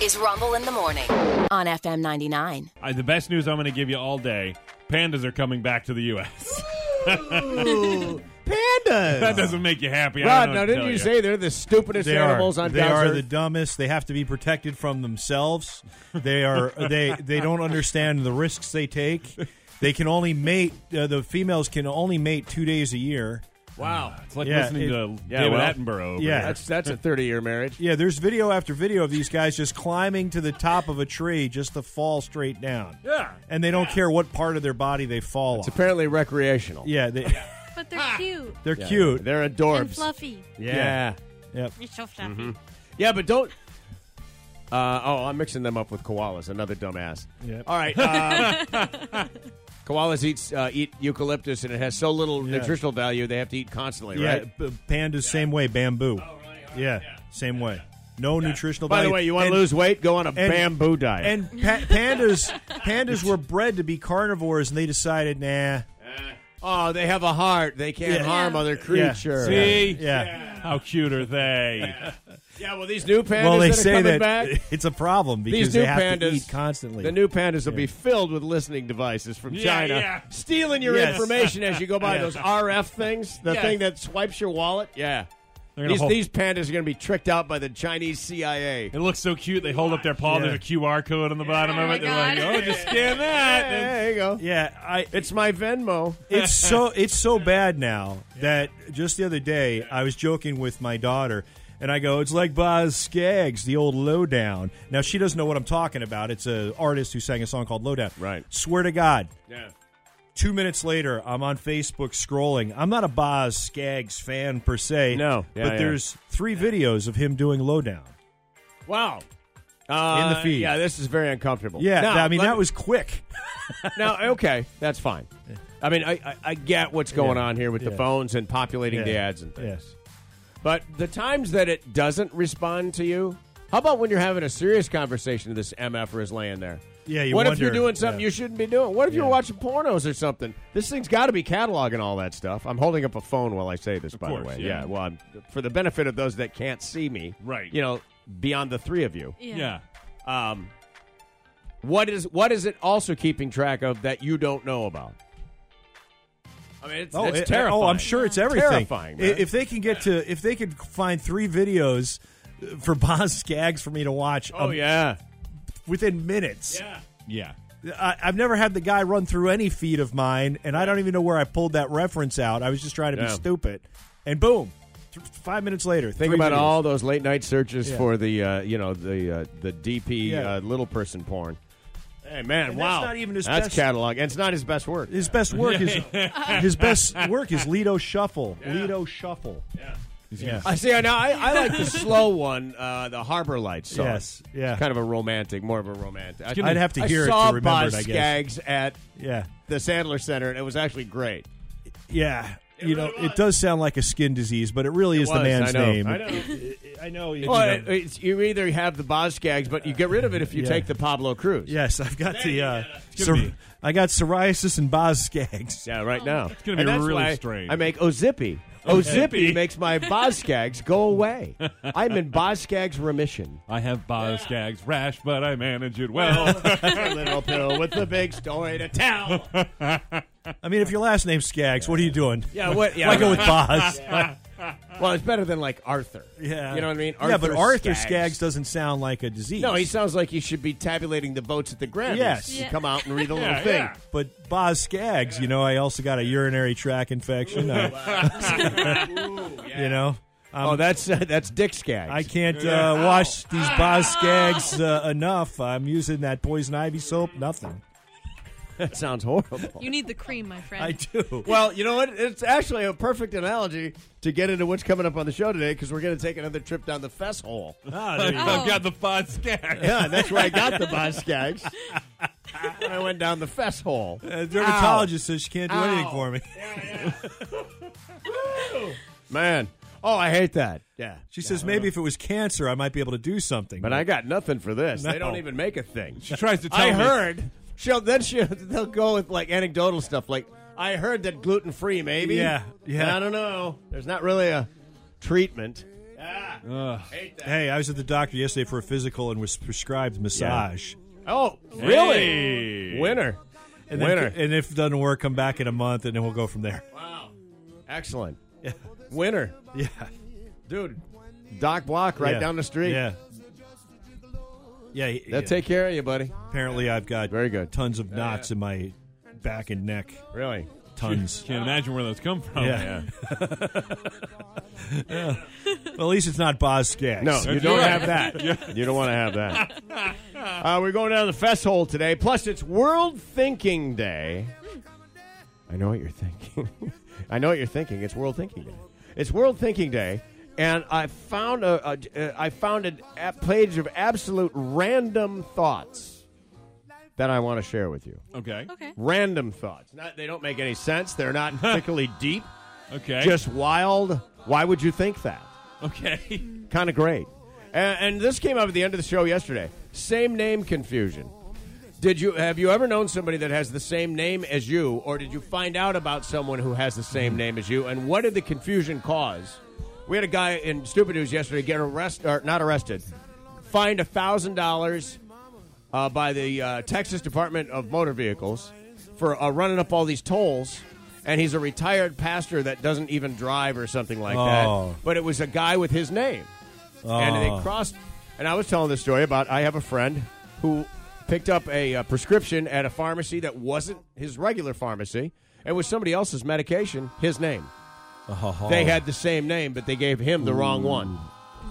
is Rumble in the Morning on FM 99. Uh, the best news I'm going to give you all day: pandas are coming back to the U.S. Ooh, that pandas. doesn't make you happy. I Rod, don't know now what to didn't tell you say they're the stupidest They are, animals on they God's are earth? the dumbest. They have to be protected from themselves. They are they they don't understand the risks they take. They can only mate. Uh, the females can only mate two days a year. wow. It's like Yeah, listening it- to yeah, David well, Attenborough. Over yeah. here. That's that's a 30 year marriage. Yeah, there's video after video of these guys just climbing to the top of a tree just to fall straight down. Yeah. and they don't care what part of their body they fall It's on. apparently recreational. Yeah, they, But they're cute they're Yeah, cute. They're and adorbs. fluffy. Yeah. yeah. Yeah. Yep. You're so fluffy. but don't. Uh, oh, I'm mixing them up with koalas. Another dumbass. Yep. All right. Uh, koalas eats, uh, eat eucalyptus, and it has so little Yeah. nutritional value they have to eat constantly, Yeah, right? p- pandas same way, bamboo. yeah, same way. No nutritional. By the value. way, you want And- to lose weight? Go on a and- bamboo diet. And pa- pandas, pandas were bred to be carnivores, and they decided, nah. oh, they have a heart. They can't Yeah. harm other Yeah. creatures. See? Yeah. How cute are they? Yeah, well, these new pandas Well, they that are say coming that back. it's a problem because These new they have to pandas- eat constantly. The new pandas will be filled with listening devices from Yeah, China, yeah. stealing your Yes. information as you go by. Those RF things, the Yes. thing that swipes your wallet. Yeah, They're gonna these, hold- these pandas are going to be tricked out by the Chinese CIA. It looks so cute. They hold up their paw. Yeah. There's a QR code on the bottom Oh of my it. They're like, God. oh, just scan that. Yeah, there you go. yeah, I. It's my Venmo. It's so it's so bad now that just the other day I was joking with my daughter. And I go, it's like Boz Skaggs, the old lowdown. Now she doesn't know what I'm talking about. It's a artist who sang a song called Lowdown. Right. Swear to God, Yeah. two minutes later, I'm on Facebook scrolling. I'm not a Boz Skaggs fan per se. No. Yeah, but yeah. there's three videos of him doing lowdown. Wow. Uh, In the feed. Yeah, this is very uncomfortable. Yeah, Now, that- I mean let that me- was quick. now okay. That's fine. I mean, I, I, I get what's going Yeah. on here with the Yeah. phones and populating the ads and things. Yes. But the times that it doesn't respond to you, how about when you're having a serious conversation and this MFR is laying there? Yeah, you What if wonder- you're doing something yeah. you shouldn't be doing? What if you're Yeah. watching pornos or something? This thing's got to be cataloging all that stuff. I'm holding up a phone while I say this, by course, the way. yeah. well, I'm, for the benefit of those that can't see me, Right. You know, beyond the three of you, Yeah. um, what is what is it also keeping track of that you don't know about? I mean, it's, it's it- terrifying. Oh, I'm sure it's everything. Terrifying, man. I- If they can get to, if they could find three videos uh, for Boz Skaggs for me to watch Oh um, yeah. within minutes. Yeah. Yeah. I, I've never had the guy run through any feed of mine, and I don't even know where I pulled that reference out. I was just trying to Yeah. be stupid, and boom, th- five minutes later. Think three about videos. all those late night searches Yeah. for the uh, you know the uh, the DP Yeah. uh, little person porn. Hey man, And that's wow, not even his that's best- catalog, and it's not his best work. His best work is his best work is Lido Shuffle. Lido Shuffle. I see. I know. I, I like the slow one, uh, the Harbor Lights. Song. Yes, yeah. It's kind of a romantic, more of a romantic. I, I'd have to I hear it to saw remember Boz it, I guess. Skaggs at Yeah, the Sandler Center, and it was actually great. yeah. you know, really was. it does sound like a skin disease, but it really is was, the man's I know. name. I know. I know. You Well, know. it- it's, you either have the Boz Skaggs, but you get rid of it if you Yeah. take the Pablo Cruz. Yes, I've got the. Uh, It's psor- gonna be- I got psoriasis and Boz Skaggs. Yeah, right now. It's Oh, gonna be really strange. I make Ozippy. Ozippy? Ozippy makes my Boskags go away. I'm in Boskags remission. I have Boz Skaggs rash, but I manage it well. A little pill with a big story to tell. I mean, if your last name's Skaggs, what are you doing? Yeah, what? Yeah, Why go with right. Boz? Well, it's better than like Arthur. Yeah. you know what I mean. yeah, but Arthur Skaggs. doesn't sound like a disease. No, he sounds like he should be tabulating the votes at the Grammys. Yes. you Yeah. come out and read the little Yeah, thing. yeah. But Boz Skaggs, you know, I also got a urinary tract infection. I, You know, Oh, that's uh, that's Dick Skaggs. I can't uh, wash these Boz Skaggs uh, enough. I'm using that poison ivy soap. Nothing. that sounds horrible. You need the cream, my friend. I do. Well, you know what? It's actually a perfect analogy to get into what's coming up on the show today because we're going to take another trip down the fest hole. Oh, I've got the Boz Skaggs. Yeah, that's where I got the Boskags. when I went down the fest hole. A dermatologist says she can't do anything Ow. for me. Man. Oh, I hate that. Yeah. She says maybe if it was cancer, I might be able to do something. But I got nothing for this. They No. don't even make a thing. She tries to tell I me. heard. She'll, then she, they'll go with like anecdotal stuff like, I heard that gluten free, maybe. Yeah, yeah. I don't know. There's not really a treatment. Hey, I was at the doctor yesterday for a physical and was prescribed massage. Oh, really? Hey. Winner. And then- Winner. and if it doesn't work, come back in a month, and then we'll go from there. wow. Excellent. Winner. Yeah, Dude, Doc Block right Yeah. down the street. Yeah, yeah. he- They'll yeah. take care of you, buddy. Apparently, I've got Very good. tons of knots in my back and neck. Really? Tons. Can't imagine where those come from. Yeah. well, at least it's not Boz Skaggs. No, you don't have that. You don't want to have that. Uh, we're going down to the fest hole today. Plus, it's World Thinking Day. I know what you're thinking. I know what you're thinking. It's World Thinking Day. It's World Thinking Day, and I found a, a uh, I found an a page of absolute random thoughts that I want to share with you. Okay. Okay. Random thoughts. Not they don't make any sense. They're not particularly deep. Okay. Just wild. Why would you think that? okay. kind of great. And, and this came up at the end of the show yesterday. Same name confusion. Did you have you ever known somebody that has the same name as you, or did you find out about someone who has the same name as you? And what did the confusion cause? We had a guy in Stupid News yesterday get arrested, or not arrested, fined a thousand dollars uh, by the uh, Texas Department of Motor Vehicles for uh, running up all these tolls. And he's a retired pastor that doesn't even drive or something like Oh. that. But it was a guy with his name. And Ah. they crossed. And I was telling this story about I have a friend who picked up a, uh prescription at a pharmacy that wasn't his regular pharmacy. It was somebody else's medication, his name. Oh. They had the same name, but they gave him the wrong one.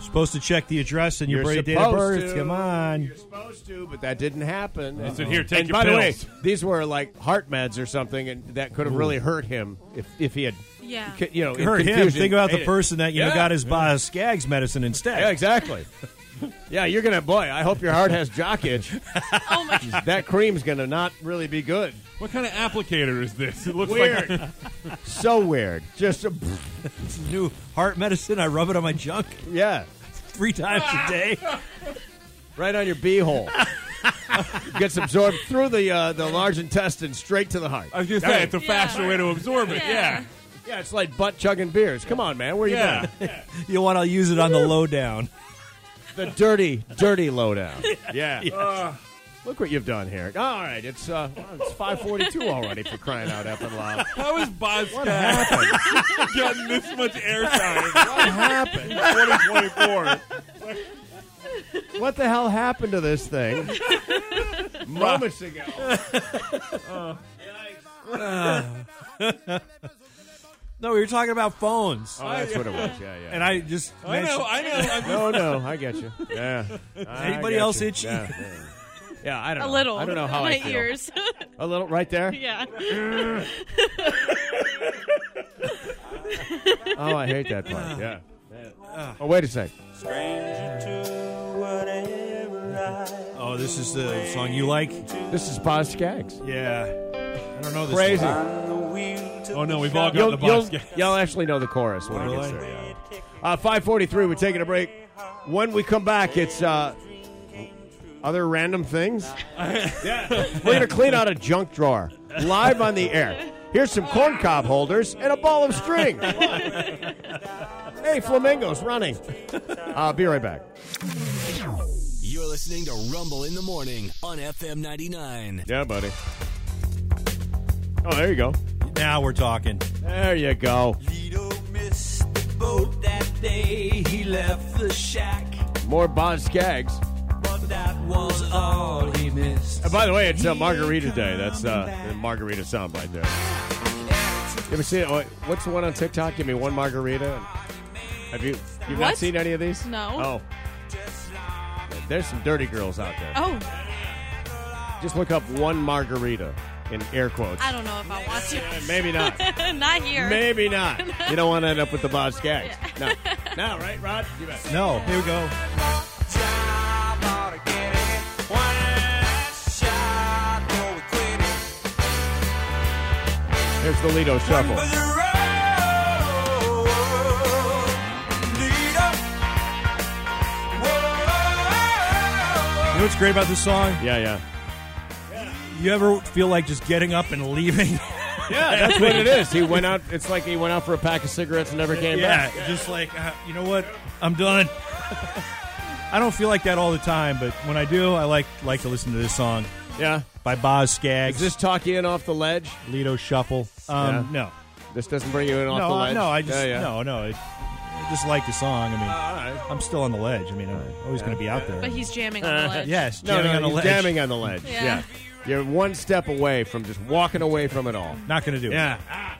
supposed to check the address and your You're birth- date of supposed birth. to. Come on. You're supposed to, but that didn't happen. They said, "Here, take and your by pills." the way, these were like heart meds or something, and that could have really hurt him if, if he had, Yeah. you know, if Hurt him. confusion Think about ate the it. person that you know Yeah. got his Boz Skaggs medicine instead. Yeah, exactly. yeah, you're gonna boy. I hope your heart has jock itch. Oh my god. that cream's gonna not really be good. What kind of applicator is this? It looks like Weird. so weird. Just a, New heart medicine. I rub it on my junk yeah, three times a day. right on your beehole. Gets absorbed through the uh, the large intestine straight to the heart. Uh, I was gonna say it's a Yeah. faster way to absorb it. Yeah. Yeah. Yeah, it's like butt chugging beers. Come on, man. Where you Yeah. going? You want to use it on the lowdown. The dirty, dirty lowdown. Yeah. Uh, look what you've done here. All right, it's uh, well, it's five forty-two already for crying out effing loud. How is Boz Skaggs getting this much airtime? What happened? Twenty twenty four. What the hell happened to this thing? Moments ago. No, we were talking about phones. Oh, that's what it was. Yeah, yeah. and I just I know. I know. I'm No, no, I get you. Yeah. I Anybody get else you. itchy? Yeah, yeah. Yeah, I don't. A know. little. I don't know how my I feel. ears. A little, right there. yeah. Oh, I hate that part. Yeah. Oh, wait a sec. Oh, this is the song you like? This is Boz Skaggs. Yeah. I don't know this Crazy. song. Oh no, we've all got You'll, the you'll, Boz Skaggs. you'll actually know the chorus when it Really? gets there. yeah. Uh, 5:43. We're taking a break. When we come back, it's uh, other random things. We're gonna clean out a junk drawer live on the air. Here's some corn cob holders and a ball of string. hey, flamingos running. Uh, be right back. You're listening to Rumble in the Morning on FM 99. Yeah, buddy. Oh, there you go. Now we're talking. There you go. Lido missed the boat that day. He left the shack, More Boz Skaggs. but that was all he missed. And by the way, it's uh, Margarita Day. That's uh, the Margarita soundbite there. You ever seen it? What- What's the one on TikTok? Give me one margarita. Have you you've not What? seen any of these? No. Oh, there's some dirty girls out there. Oh, Just look up one margarita in air quotes. I don't know if I want to. Maybe not. Not here. Maybe not. You don't want to end up with the Bob Skaggs. No. No, right, Rod? You bet. No, here we go. There's the Lido Shuffle. You know what's great about this song? Yeah, yeah. You ever feel like just getting up and leaving? Yeah, that's what it is. He went out. It's like he went out for a pack of cigarettes and never came yeah, back. just like uh, you know what, I'm done. I don't feel like that all the time, but when I do, I like like to listen to this song Yeah. by Boz Scaggs, Does this talk you in off the ledge? Lido Shuffle. Um, No, This doesn't bring you in off no, the I, ledge. no, I just Yeah, yeah. no, no. I I just like the song. I mean, I'm still on the ledge. I mean, I'm always going to be out there. But he's Uh, jamming on the ledge. yes, No, jamming no, on the he's ledge. jamming on the ledge. Yeah. You're one step away from just walking away from it all. Not going to do it. Yeah.